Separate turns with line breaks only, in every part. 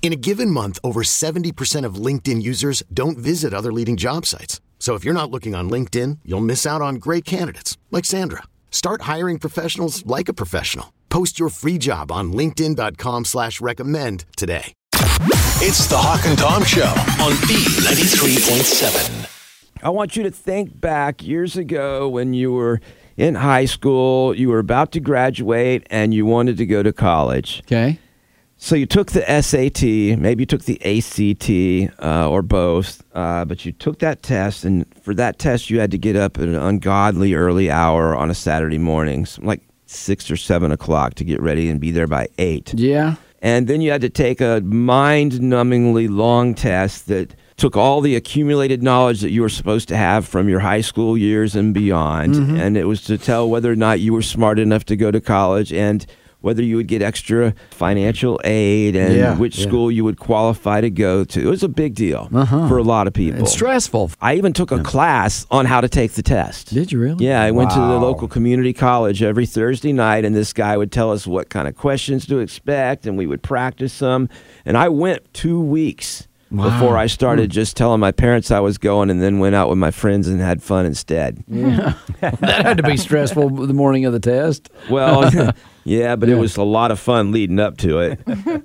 In a given month, over 70% of LinkedIn users don't visit other leading job sites. So if you're not looking on LinkedIn, you'll miss out on great candidates like Sandra. Start hiring professionals like a professional. Post your free job on LinkedIn.com slash recommend today.
It's the Hawk and Tom Show on B93.7.
I want you to think back years ago when you were in high school, you were about to graduate, and you wanted to go to college.
Okay.
So you took the SAT, maybe you took the ACT uh, or both, uh, but you took that test, and for that test, you had to get up at an ungodly early hour on a Saturday morning, some- like six or seven o'clock, to get ready and be there by eight.
Yeah.
And then you had to take a mind numbingly long test that took all the accumulated knowledge that you were supposed to have from your high school years and beyond.
Mm-hmm.
And it was to tell whether or not you were smart enough to go to college and whether you would get extra financial aid and
Yeah,
which
yeah. Uh-huh.
school you would qualify to go to. It was a big deal for a lot of people.
It's stressful.
I even took a class on how to take the test.
Did you really?
Yeah, I went to the
Wow.
local community college every Thursday night, and this guy would tell us what kind of questions to expect, and we would practice some. And I went two weeks before I started
Hmm.
just telling my parents I was going, and then went out with my friends and had fun instead.
That had to be stressful the morning of the test.
Well, yeah, but it was a lot of fun leading up to it.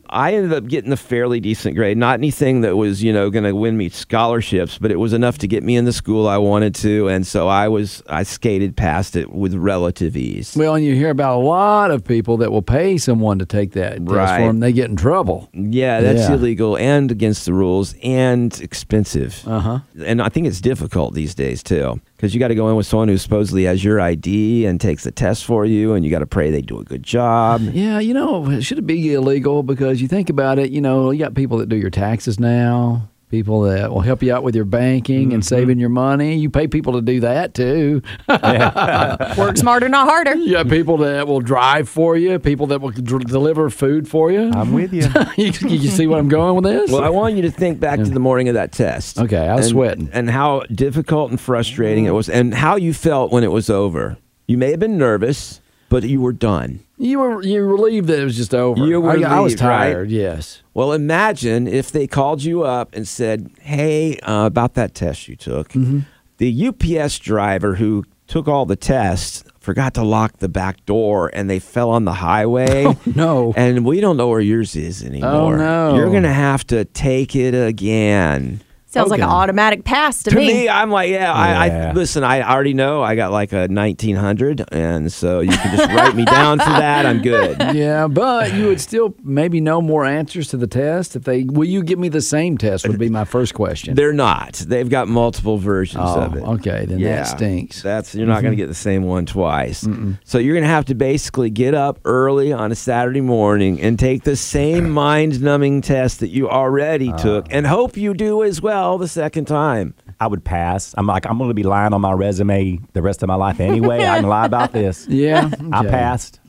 I ended up getting a fairly decent grade. Not anything that was, you know, going to win me scholarships, but it was enough to get me in the school I wanted to, and so I was I skated past it with relative ease.
Well, and you hear about a lot of people that will pay someone to take that test
Right.
for them. They get in trouble.
Yeah, that's
Yeah.
illegal and against the rules and expensive. Uh huh. And I think it's difficult these days too because you got to go in with someone who supposedly has your ID and takes the test for you, and you got to pray they do a good job.
Yeah, you know, it should be illegal because you think about it, you know, you got people that do your taxes now, people that will help you out with your banking and saving your money. You pay people to do that too.
Work smarter, not harder.
you got people that will drive for you, people that will dr- deliver food for you. I'm with you. you. You see where I'm going with this?
Well, I want you to think back to the morning of that test.
Okay, I was
and,
sweating.
And how difficult and frustrating it was, and how you felt when it was over. You may have been nervous, but you were done.
You were you were relieved that it was just over.
You were
I, I was
relieved, right?
tired. Yes.
Well, imagine if they called you up and said, "Hey, uh, about that test you took,
Mm-hmm.
the UPS driver who took all the tests forgot to lock the back door, and they fell on the highway.
Oh, no. Oh,
And we don't know where yours is anymore.
no.
You're gonna have to take it again."
Sounds like an
Okay.
automatic pass to,
To
me.
me, I'm like, yeah, I,
Yeah.
I listen. I already know I got like a 1900, and so you can just write me down for that. I'm good.
Yeah, but you would still maybe know more answers to the test if they. Will you give me the same test? Would be my first question.
They're not. They've got multiple versions
Oh,
of it.
okay, then that stinks. Mm-hmm.
That's you're not going to get the same one twice. So you're going to have to basically get up early on a Saturday morning and take the same mind-numbing test that you already
Uh.
took, and hope you do as well the second time.
I would pass. I'm like, I'm going to be lying on my resume the rest of my life anyway. I can lie about this.
yeah,
I
okay.
passed.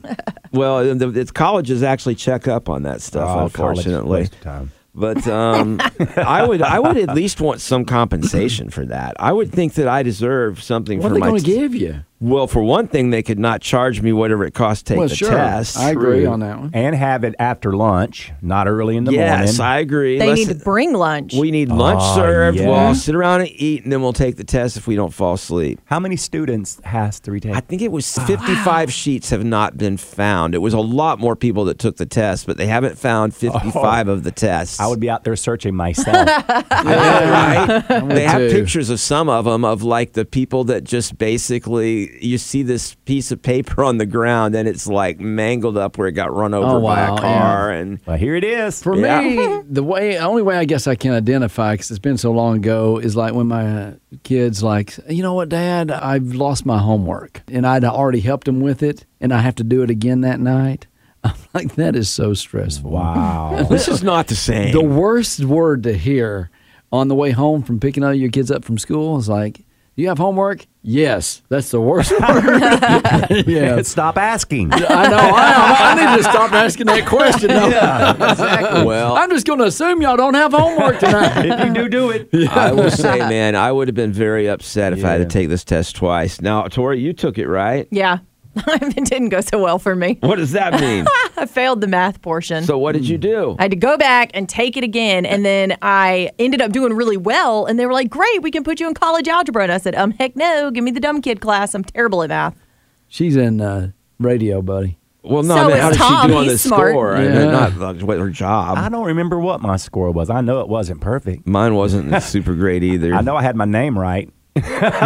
Well, the, the colleges actually check up on that stuff,
Oh, college is a
unfortunately.
waste of time.
But um, I would I would at least want some compensation for that. I would think that I deserve something
What
for
are they
my
going to give you?
Well, for one thing, they could not charge me whatever it costs to take
well,
the
sure.
test.
I agree on that one.
And have it after lunch, not early in the
yes,
morning.
I agree.
They
Let's-
need to bring lunch.
we need lunch
Ah,
Oh,
served.
yeah.
We'll all sit around and eat, and then we'll take the test if we don't fall asleep.
How many students has three
I
days?
think it
Ah,
was 55 sheets have not been found. It was a lot more people that took the test, but they haven't
Oh.
found 55 of the tests.
I would be out there searching myself.
Yeah, right? they have
too.
pictures of some of them of like the people that just basically you see this piece of paper on the ground and it's like mangled up where it got run over
Oh, wow,
by
yeah.
a car and
Well, here it is.
For
Yeah.
me, the way only way I guess I can identify because it's been so long ago is like when my kids like, you know what, Dad, I've lost my homework, and I'd already helped them with it, and I have to do it again that night. I'm like, that is so stressful.
wow.
this is not the same.
The worst word to hear on the way home from picking all your kids up from school is like, "You have homework?" Yes, that's the worst word. yeah,
Stop asking.
I know. I, I need to stop asking that question.
yeah, exactly.
well,
I'm just going to assume y'all don't have homework tonight.
if you do do it,
I will say, man, I would have been very upset if I had to take this test twice. Now, Tori, you took it, right?
Yeah. it didn't go so well for me.
What does that mean?
I failed the math portion.
so, what did you do?
I had to go back and take it again. And then I ended up doing really well. And they were like, great, we can put you in college algebra. And I said, um, heck no, give me the dumb kid class. I'm terrible at math.
She's in uh, radio, buddy.
well, no,
So
I mean,
is
how did she
Tom.
do on
He's
this
smart.
score? I
Yeah.
mean, not like, what her job.
I don't remember what my score was. I know it wasn't perfect.
Mine wasn't super great either.
I know I had my name right. you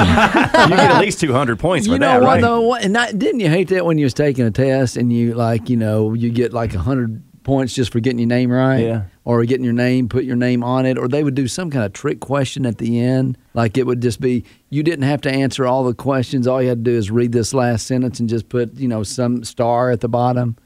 get at least 200 points
You
for
know
that,
what
right?
though? What, and that, didn't you hate that when you was taking a test and you like you know you get like hundred points just for getting your name right,
Yeah.
or getting your name, put your name on it, or they would do some kind of trick question at the end, like it would just be you didn't have to answer all the questions. All you had to do is read this last sentence and just put you know some star at the bottom.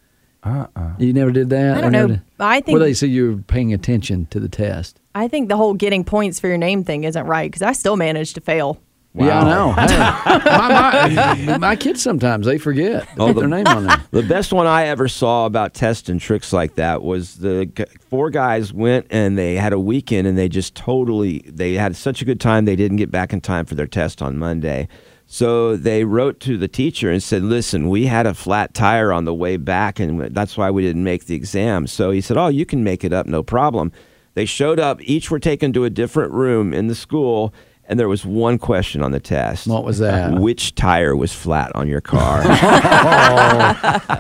Uh-uh. You never did that.
I don't
never
know.
did-
I think-
well, they say you were paying attention to the test.
I think the whole getting points for your name thing isn't right because I still managed to fail.
Yeah, I know. Hey, my, my, my kids sometimes they forget to
Oh,
put
the-
their name on there.
The best one I ever saw about tests and tricks like that was the g- four guys went and they had a weekend and they just totally they had such a good time they didn't get back in time for their test on Monday. So they wrote to the teacher and said, "Listen, we had a flat tire on the way back and that's why we didn't make the exam." So he said, "Oh, you can make it up, no problem." They showed up, each were taken to a different room in the school. And there was one question on the test.
What was that?
Which tire was flat on your car?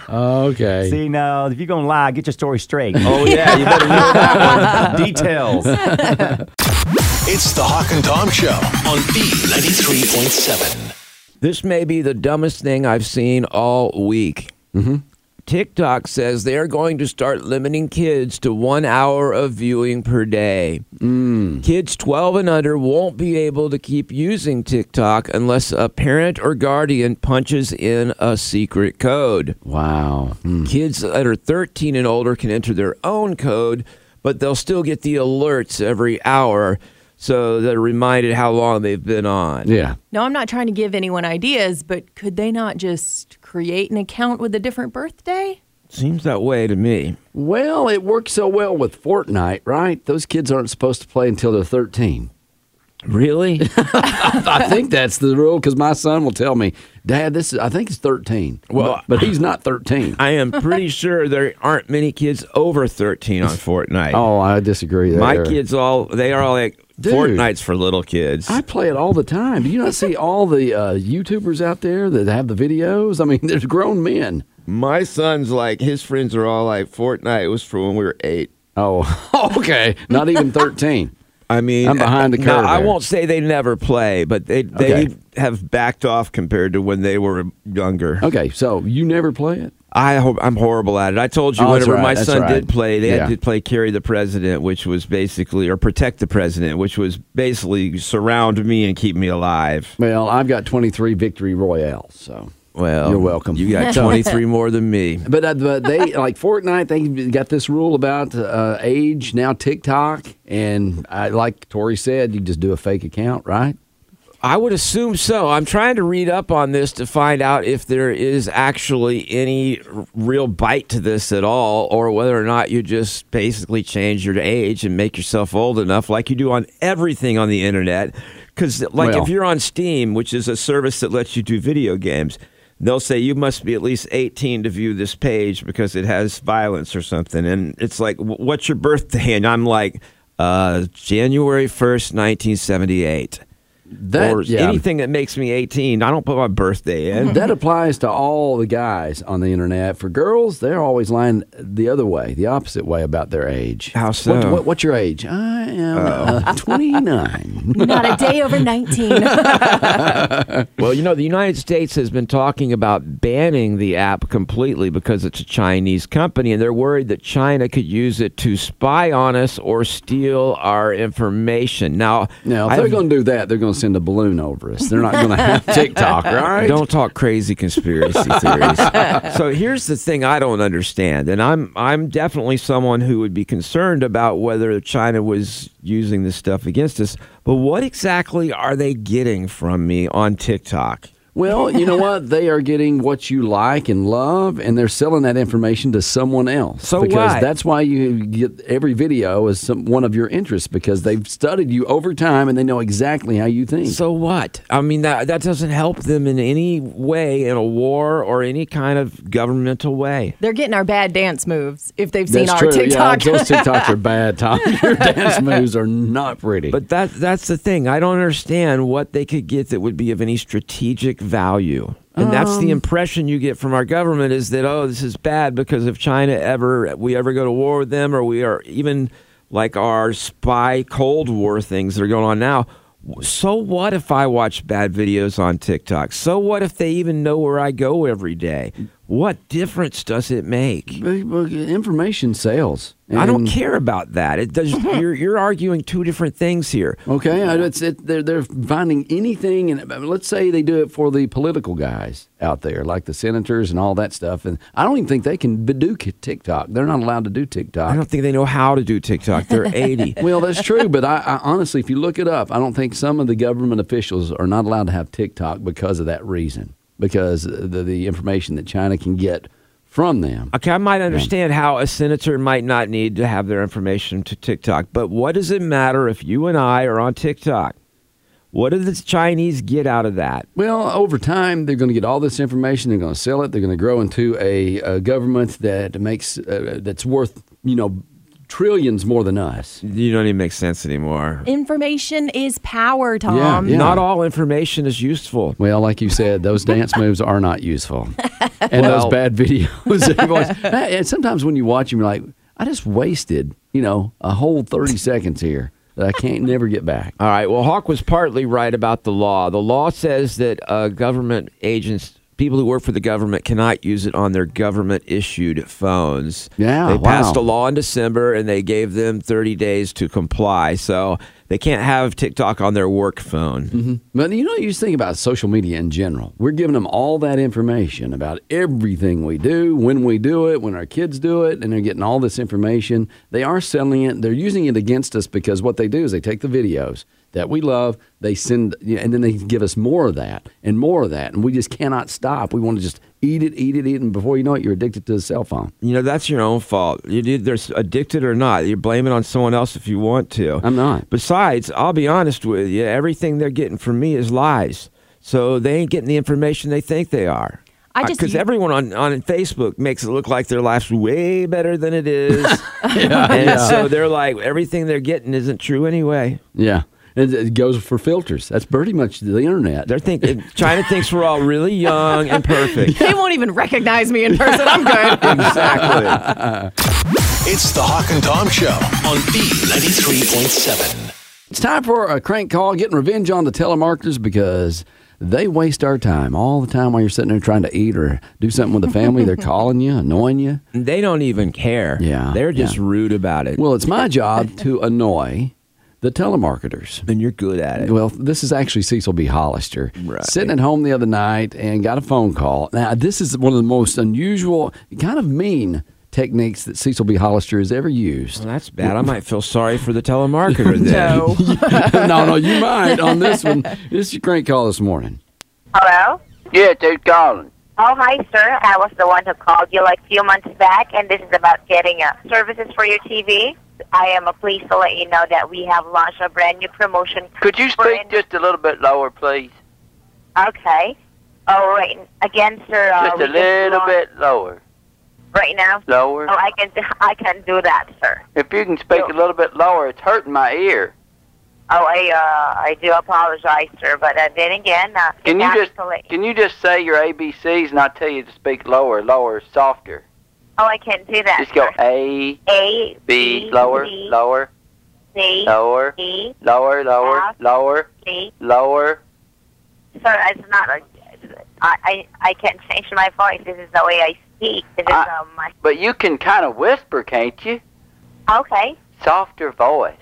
Okay.
See, no, if you're going to lie, get your story straight.
oh yeah, you better know that.
Details.
It's the Hawk and Tom Show on B93.7.
This may be the dumbest thing I've seen all week. Mm-hmm. TikTok says they are going to start limiting kids to one hour of viewing per day. Kids 12 and under won't be able to keep using TikTok unless a parent or guardian punches in a secret code.
Wow. Hmm.
Kids that are 13 and older can enter their own code, but they'll still get the alerts every hour so they're reminded how long they've been on.
Yeah.
No, I'm not trying to give anyone ideas, but could they not just create an account with a different birthday?
Seems that way to me.
Well, it worked so well with Fortnite, right? Those kids aren't supposed to play until they're 13.
Really?
I think that's the rule because my son will tell me, Dad, this is, I think it's 13.
Well-
but, but he's not 13.
I am pretty sure there aren't many kids over 13 on Fortnite.
oh, I disagree there.
My kids all they are all like
Dude.
Fortnite's for little kids.
I play it all the time. Do you not see all the uh, YouTubers out there that have the videos? I mean, there's grown men.
My son's like his friends are all like Fortnite was for when we were 8.
Oh, okay. Not even 13.
I mean,
I'm behind the
now,
curve
I
there.
won't say they never play, but they they
Okay.
have backed off compared to when they were younger.
Okay, so you never play it?
I hope I'm horrible at it. I told you
Oh, that's
whenever
right,
my
that's
son
right.
did play, they
Yeah.
had to play carry the president, which was basically or protect the president, which was basically surround me and keep me alive.
Well, I've got 23 Victory Royales, so.
Well,
You're welcome.
You got 23 more than me.
But uh, but they like Fortnite. They got this rule about uh, age now. TikTok and I, like Tori said, you just do a fake account, right?
I would assume so. I'm trying to read up on this to find out if there is actually any r- real bite to this at all, or whether or not you just basically change your age and make yourself old enough, like you do on everything on the internet. Because, like,
Well-
if you're on Steam, which is a service that lets you do video games, they'll say you must be at least 18 to view this page because it has violence or something. And it's like, "Wh- what's your birthday? And I'm like, uh, January 1st, 1978.
That-
or
yeah.
anything that makes me 18. I don't put my birthday in.
That applies to all the guys on the internet. For girls, they're always lying the other way, the opposite way about their age.
How
What-
so? Oh.
What, what's your age? I am uh, 29.
Not a day over 19.
Well, you know, the United States has been talking about banning the app completely because it's a Chinese company, and they're worried that China could use it to spy on us or steal our information. Now,
Now, if
I've-
they're going to do that, they're going to send a balloon over us. They're not going to have TikTok, all right?
Don't talk crazy conspiracy theories. So here's the thing I don't understand, and I'm I'm definitely someone who would be concerned about whether China was using this stuff against us. But what exactly are they getting from me on TikTok?
Well, you know what? They are getting what you like and love, and they're selling that information to someone else.
So
because
what?
that's why you get every video is some, one of your interests because they've studied you over time and they know exactly how you think.
So what? I mean that that doesn't help them in any way in a war or any kind of governmental way.
They're getting our bad dance moves if they've seen
That's
our
true.
TikTok.
Yeah, those TikToks are bad, Tom. Your dance moves are not pretty.
But that that's the thing. I don't understand what they could get that would be of any strategic value. And that's the impression you get from our government is that oh this is bad because if China ever we ever go to war with them or we are even like our spy cold war things that are going on now. So what if I watch bad videos on TikTok? So what if they even know where I go every day? What difference does it make?
But- but information sales.
I don't
And-
care about that. It does. You're you're arguing two different things here.
Okay, I- it's, it, they're, they're finding anything, and but let's say they do it for the political guys out there, like the senators and all that stuff. And I don't even think they can b- do k- TikTok. They're not allowed to do
I
TikTok.
don't think they know how to do TikTok. They're 80.
Well, that's true, but I, I honestly, if you look it up, I don't think some of the government officials are not allowed to have TikTok because of that reason, because the, the information that China can get from them.
Okay, I might understand how a senator might not need to have their information to TikTok, but what does it matter if you and I are on TikTok? What do the Chinese get out of that?
Well, over time, they're going to get all this information. They're going to sell it. They're going to grow into a, a government that makes uh, that's worth you know trillions more than us.
You don't even make sense anymore.
Information is power, Tom.
Yeah.
Not all information is useful.
Well, like you said, those dance moves are not useful, and
Well-
those bad videos. everyone's- and sometimes when you watch them, you're like, I just wasted you know a whole thirty seconds here that I can't never get back.
All right. Well, Hawk was partly right about the law. The law says that uh, government agents, people who work for the government, cannot use it on their government issued phones.
Yeah,
They passed a
wow.
law in December and they gave them 30 days to comply. So they can't have TikTok on their work phone.
Hmm. But you know, you just think about social media in general. We're giving them all that information about everything we do, when we do it, when our kids do it, and they're getting all this information. They are selling it. They're using it against us because what they do is they take the videos that we love, they send, you know, and then they give us more of that and more of that, and we just cannot stop. We want to just eat it, eat it, eat it, and before you know it, you're addicted to the cell phone.
You know, that's your own fault. You did, there's addicted or not. You blame it on someone else if you want to.
I'm not.
Besides, I'll be honest with you, everything they're getting from me is lies. So they ain't getting the information they think they are.
I just-
because everyone on, on Facebook makes it look like their life's way better than it is, and so they're like everything they're getting isn't true anyway.
Yeah. And it goes for filters. That's pretty much the internet.
They're thinking China thinks we're all really young and perfect.
They won't even recognize me in person. I'm good.
Exactly.
It's the Hawk and Tom Show on B93.7.
It's time for a crank call, getting revenge on the telemarketers because they waste our time all the time while you're sitting there trying to eat or do something with the family. They're calling you, annoying you.
They don't even care.
Yeah,
they're just
yeah.
rude about it.
Well, it's my job to annoy the telemarketers.
and you're good at it.
Well, this is actually Cecil B. Hollister.
Right.
Sitting at home the other night and got a phone call. Now, this is one of the most unusual, kind of mean techniques that Cecil B. Hollister has ever used.
Well, that's bad. I might feel sorry for the telemarketer then.
No.
no, no, you might on this one. This is your crank call this morning.
Hello?
Yeah, dude, calling.
Oh, hi, sir. I was the one who called you like a few months back, and this is about getting uh, services for your TV. I am uh, pleased to let you know that we have launched a brand new promotion.
Could you
for
speak
in-
just a little bit lower, please?
Okay. All right. Again, sir. Uh,
Just
we
a little
launched-
bit lower.
Right now?
Lower.
Oh, I can I can do that, sir.
If you can speak a little bit lower, it's hurting my ear.
Oh, I uh, I do apologize, sir, but uh, then again, uh,
Can you just
actually-
can you just say your ABCs and I tell you to speak lower, lower, softer?
oh, I can't do that.
Just go
sir.
A,
A
B, lower,
B,
lower,
C
lower,
D E,
lower, lower,
F,
lower,
C.
lower.
Sir, it's not. A, I, I I can't change my voice. This is the way I speak. This is
I-
um, my
But you can kind of whisper, can't you?
okay.
Softer voice,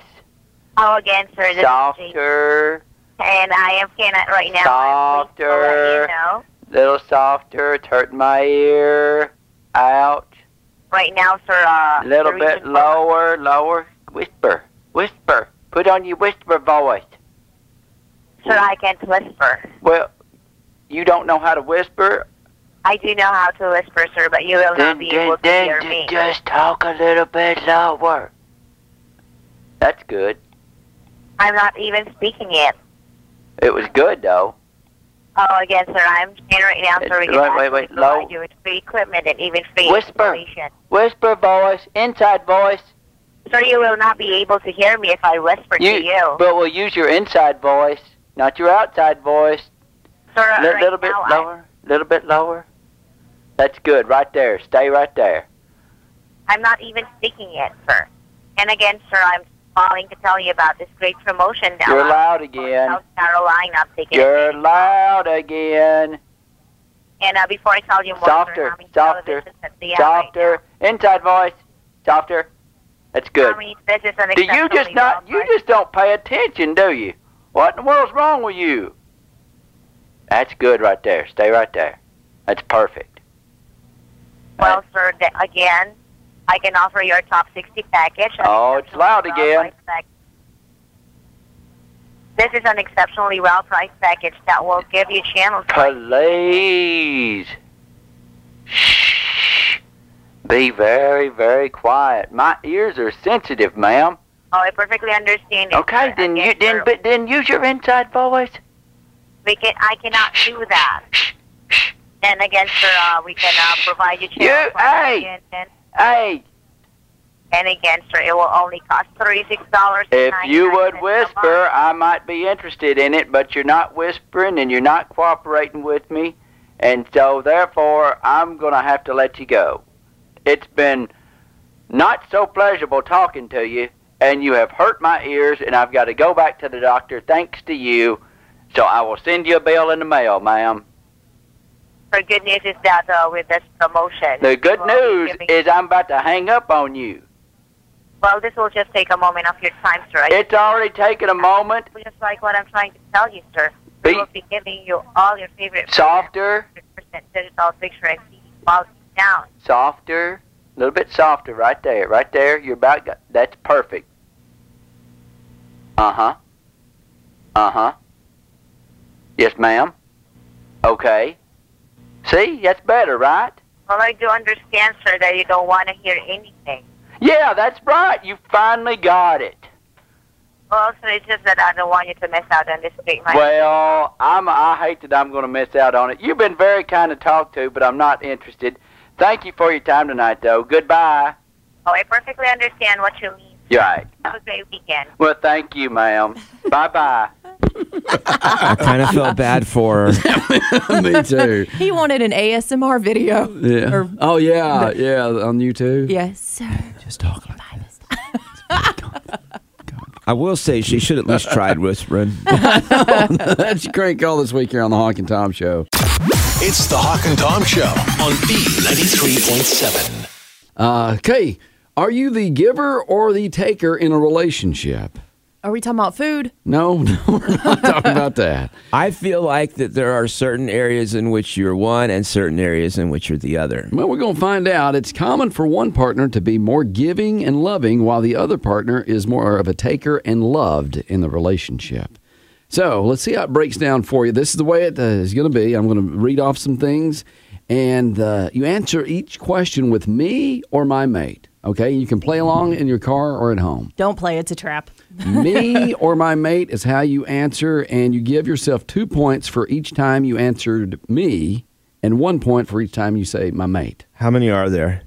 Oh, again, sir. This is Jean.
softer,
And I am cannot right now.
Doctor.
I'm pleased to let you know.
little softer. It's hurting my ear. Ouch.
Right now, sir. Uh,
A little
the
bit
reason for-
lower, lower. Whisper, whisper. Put on your whisper voice.
Sir, I can't whisper.
Well, you don't know how to whisper.
I do know how to whisper, sir, but you will not
Then,
be
then,
able to
then
hear
ju-
me.
just talk a little bit lower. That's good.
I'm not even speaking yet.
It was good though.
Oh, again, sir. I'm in right now, sir.
Wait,
We can
wait,
actually
wait,
provide
low.
You with free equipment and even free
Whisper.
information.
Whisper voice, inside voice.
Sir, you will not be able to hear me if I whisper to you.
But we'll use your inside voice, not your outside voice.
Sir,
A
right
little bit
now,
lower, a little bit lower. That's good, right there. Stay right there.
I, I'm not even speaking yet, sir. And again, sir, I'm calling to tell you about this great promotion now.
You're loud again.
South Carolina, I'm taking
You're
it.
loud again.
And uh, before I tell you more,
Softer,
sir, how many
softer,
televisions that they have right
Softer, inside voice, softer. That's
now?
good.
How many, this is an
Do you just
exceptionally
not?
loud
You just don't pay attention, do you? What in the world's wrong with you? That's good right there. Stay right there. That's perfect.
Well, sir, th- again, I can offer your top 60 package. An
Oh, it's
exceptionally
loud
well
again.
priced pack- This is an exceptionally well-priced package that will give you channels.
Please. Shh. Be very, very quiet. My ears are sensitive, ma'am.
Oh, I perfectly understand. It,
Okay,
sir.
then
Again,
you then
sir,
but then use your inside voice.
we can, I cannot do that. And again, sir, uh, we can uh, provide you channels.
hey!
again, and,
Hey,
and again, sir, it will only cost thirty-six dollars.
if you would whisper, I might be interested in it, but you're not whispering and you're not cooperating with me, and so therefore I'm going to have to let you go. It's been not so pleasurable talking to you, and you have hurt my ears, and I've got to go back to the doctor thanks to you. So I will send you a bill in the mail, ma'am.
The good news is that uh, with this promotion,
The good
we'll be
news
giving-
is I'm about to hang up on you.
Well, this will just take a moment of your time, sir. I
It's already taken a moment.
just like what I'm trying to tell you, sir. We
Be-
will be giving you all your favorite
Softer.
100% digital picture and CD quality sound.
softer, a little bit softer, right there, right there. You're about got, that's perfect. Uh huh. Uh huh. Yes, ma'am. Okay. See, that's better, right?
Well, I do understand, sir, that you don't want to hear anything.
Yeah, that's right. You finally got it.
Well, sir, it's just that I don't want you to miss out on this great money.
Well, I'm. I hate that I'm going to miss out on it. You've been very kind to talk to, but I'm not interested. Thank you for your time tonight, though. Goodbye.
Oh, I perfectly understand what you mean.
You're right.
Have a great weekend.
Well, thank you, ma'am. bye bye.
I kind of felt bad for her.
Me too.
He wanted an ASMR video.
Yeah.
Or-
oh yeah, yeah. On YouTube.
Yes, sir.
Just talk like that.
I will say she should at least tried whispering.
That's your crank call this week here on the Honk and Tom Show.
It's the Hawk and Tom Show on B93.7.
Uh, Kay, are you the giver or the taker in a relationship?
Are we talking about food?
No, no, we're not talking about that.
I feel like that there are certain areas in which you're one and certain areas in which you're the other.
Well, we're going to find out. It's common for one partner to be more giving and loving while the other partner is more of a taker and loved in the relationship. So let's see how it breaks down for you. This is the way it uh, is going to be. I'm going to read off some things, and uh, you answer each question with me or my mate. Okay, you can play along in your car or at home.
Don't play. It's a trap.
me or my mate is how you answer, and you give yourself two points for each time you answered me, and one point for each time you say my mate.
How many are there?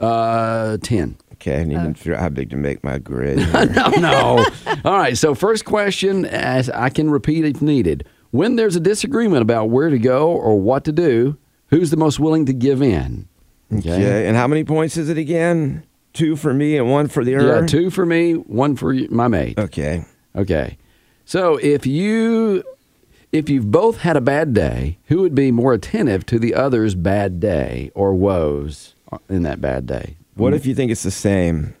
Uh, ten.
Okay, I need to figure out how big to make my grid.
no, no. All right. So, first question, as I can repeat if needed. When there's a disagreement about where to go or what to do, who's the most willing to give in?
Okay, and how many points is it again? Two for me and one for the
Yeah,
other.
two for me, one for you- my mate.
Okay.
Okay. So, if you if you've both had a bad day, who would be more attentive to the other's bad day or woes in that bad day?
What if you think it's the same?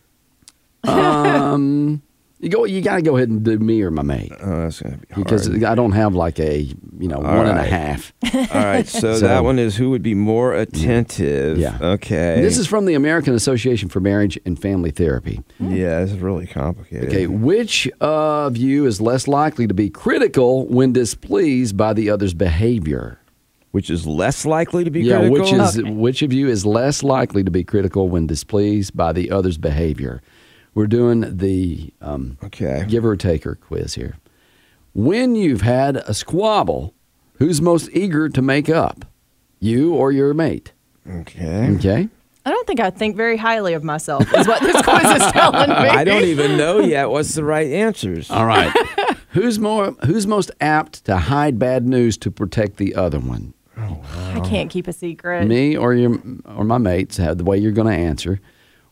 Um, you go. You gotta go ahead and do me or my mate
Oh, that's gonna be hard.
because I don't have like a you know
All
one and a
right.
half.
All right, so,
So-
that one is who would be more attentive.
Yeah.
Okay.
This is from the American Association for Marriage and Family Therapy.
yeah, this is really complicated.
Okay, which of you is less likely to be critical when displeased by the other's behavior?
Which is less likely to be
yeah,
critical.
which is which of you is less likely to be critical when displeased by the other's behavior? We're doing the um,
Okay.
giver taker quiz here. When you've had a squabble, who's most eager to make up, you or your mate?
Okay.
Okay.
I don't think I think very highly of myself, is what this quiz is telling me.
I don't even know yet what's the right answers.
All right. who's more who's most apt to hide bad news to protect the other one?
I can't keep a secret.
Me or your or my mates have the way you're going to answer.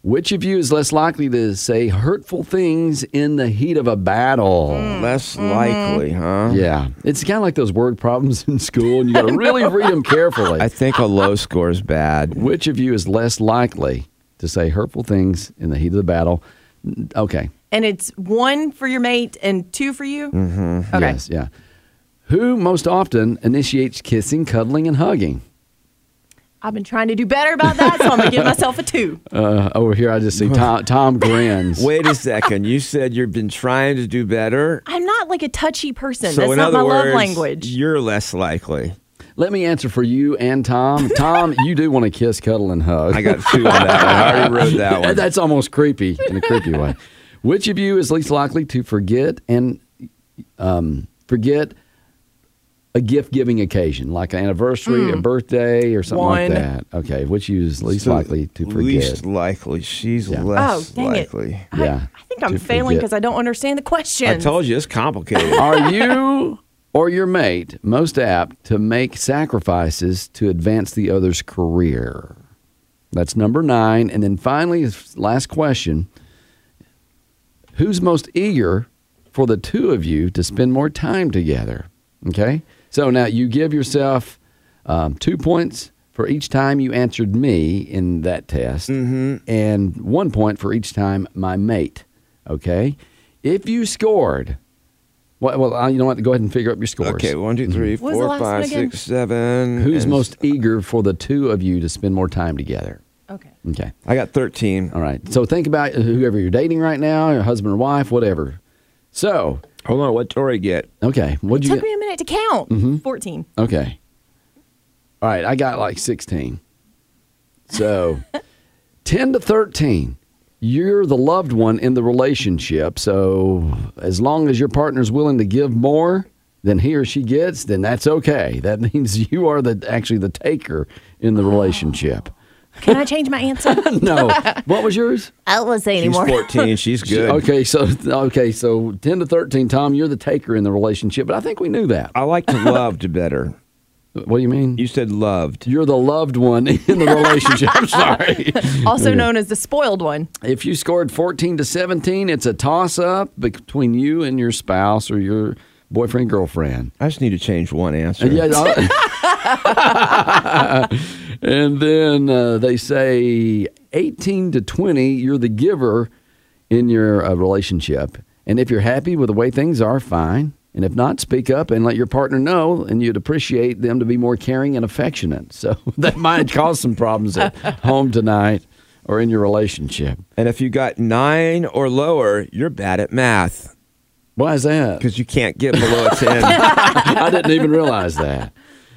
Which of you is less likely to say hurtful things in the heat of a battle?
Less
mm-hmm.
likely, huh?
Yeah. It's kind of like those word problems in school and you got to really read them carefully.
I think a low score is bad.
Which of you is less likely to say hurtful things in the heat of the battle? Okay.
And it's one for your mate and two for you? Mm-hmm. Okay.
Yes, yeah. Who most often initiates kissing, cuddling and hugging?
I've been trying to do better about that, so I'm going to give myself a two.
Uh, over here, I just see Tom, Tom grins.
Wait a second. You said you've been trying to do better.
I'm not like a touchy person.
So
That's
in
not
other
my
words,
love language.
you're less likely.
Let me answer for you and Tom. Tom, you do want to kiss, cuddle, and hug.
I got two on that one. I already wrote that one.
That's almost creepy in a creepy way. Which of you is least likely to forget and um, forget a gift giving occasion, like an anniversary, a birthday, or something like
One.
that? Okay, which of you is least
So
likely to forget?
Least likely. She's less
Oh, dang it.
likely.
yeah.
I think I'm
to
failing
forget.
because I don't understand the question.
I told you it's complicated.
Are you or your mate most apt to make sacrifices to advance the other's career? That's number nine. And then finally, last question Who's most eager for the two of you to spend more time together? Okay. So now you give yourself um, two points for each time you answered me in that test,
Mm-hmm.
and one point for each time my mate. Okay. If you scored, well, well uh, you know what? Go ahead and figure up your scores. Mm-hmm.
okay, one, two, three,
What was Mm-hmm. the
four,
last one
five,
again?
six, seven.
Who's
and- uh,
most eager for the two of you to spend more time together?
Okay.
Okay.
I got thirteen.
All right. So think about whoever you're dating right now, your husband or wife, whatever. So,
Hold on, what Tori get?
okay. What'd
It
you
took
get?
me a minute to count. 14.
Okay. All right, I got like 16. So 10 to 13, you're the loved one in the relationship. So as long as your partner's willing to give more than he or she gets, then that's okay. That means you are the actually the taker in the relationship.
Can I change my answer?
no. What was yours?
I won't say
She's
anymore.
fourteen. She's good.
Okay, so okay, so 10 to 13, Tom, you're the taker in the relationship, but I think we knew that.
I like to loved better.
What do you mean?
You said loved.
You're the loved one in the relationship. I'm sorry.
Also known as the spoiled one.
If you scored 14 to 17, it's a toss up between you and your spouse or your boyfriend, girlfriend.
I just need to change one answer.
And, yeah, uh, and then uh, they say 18 to 20, you're the giver in your uh, relationship. And if you're happy with the way things are, fine. And if not, speak up and let your partner know, and you'd appreciate them to be more caring and affectionate. So that might cause some problems at home tonight or in your relationship.
And if you got nine or lower, you're bad at math
Why is that?
because you can't get below a ten.
I didn't even realize that.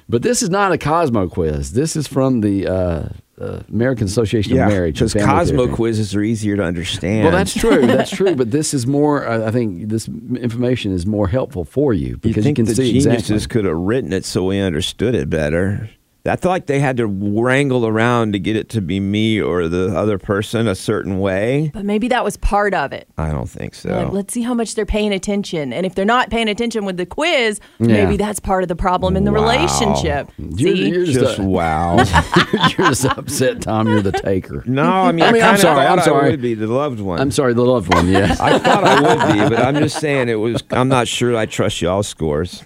But this is not a Cosmo quiz. This is from the uh, uh, American Association of Marriage. and
because
Family
Cosmo
Therapy.
quizzes are easier to understand.
Well, that's true. That's true. But this is more. uh, I think this information is more helpful for you
You
because you,
think
can
the
see
geniuses
exactly.
could have written it so we understood it better. I felt like they had to wrangle around to get it to be me or the other person a certain way.
But maybe that was part of it.
I don't think so.
Like, let's see how much they're paying attention. And if they're not paying attention with the quiz,
Yeah.
maybe that's part of the problem in the
Wow.
relationship.
You're,
See?
you're
Just wow.
you're just upset, Tom. You're the taker.
No, I mean, I
I mean, I'm
kinda
sorry,
thought
I'm
I
sorry.
would be the loved one.
I'm sorry, the loved one. Yes.
I thought I would be, but I'm just saying it was. I'm not sure I trust y'all scores.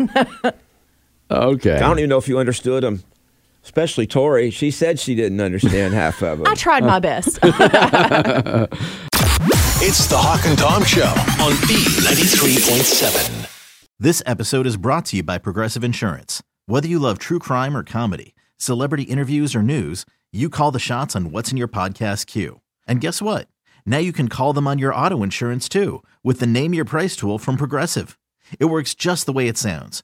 okay.
I don't even know if you understood them, especially Tori. She said she didn't understand half of them.
I tried my best.
It's the Hawk and Tom Show on B93.7.
This episode is brought to you by Progressive Insurance. Whether you love true crime or comedy, celebrity interviews or news, you call the shots on what's in your podcast queue. And guess what? Now you can call them on your auto insurance too with the Name Your Price tool from Progressive. It works just the way it sounds.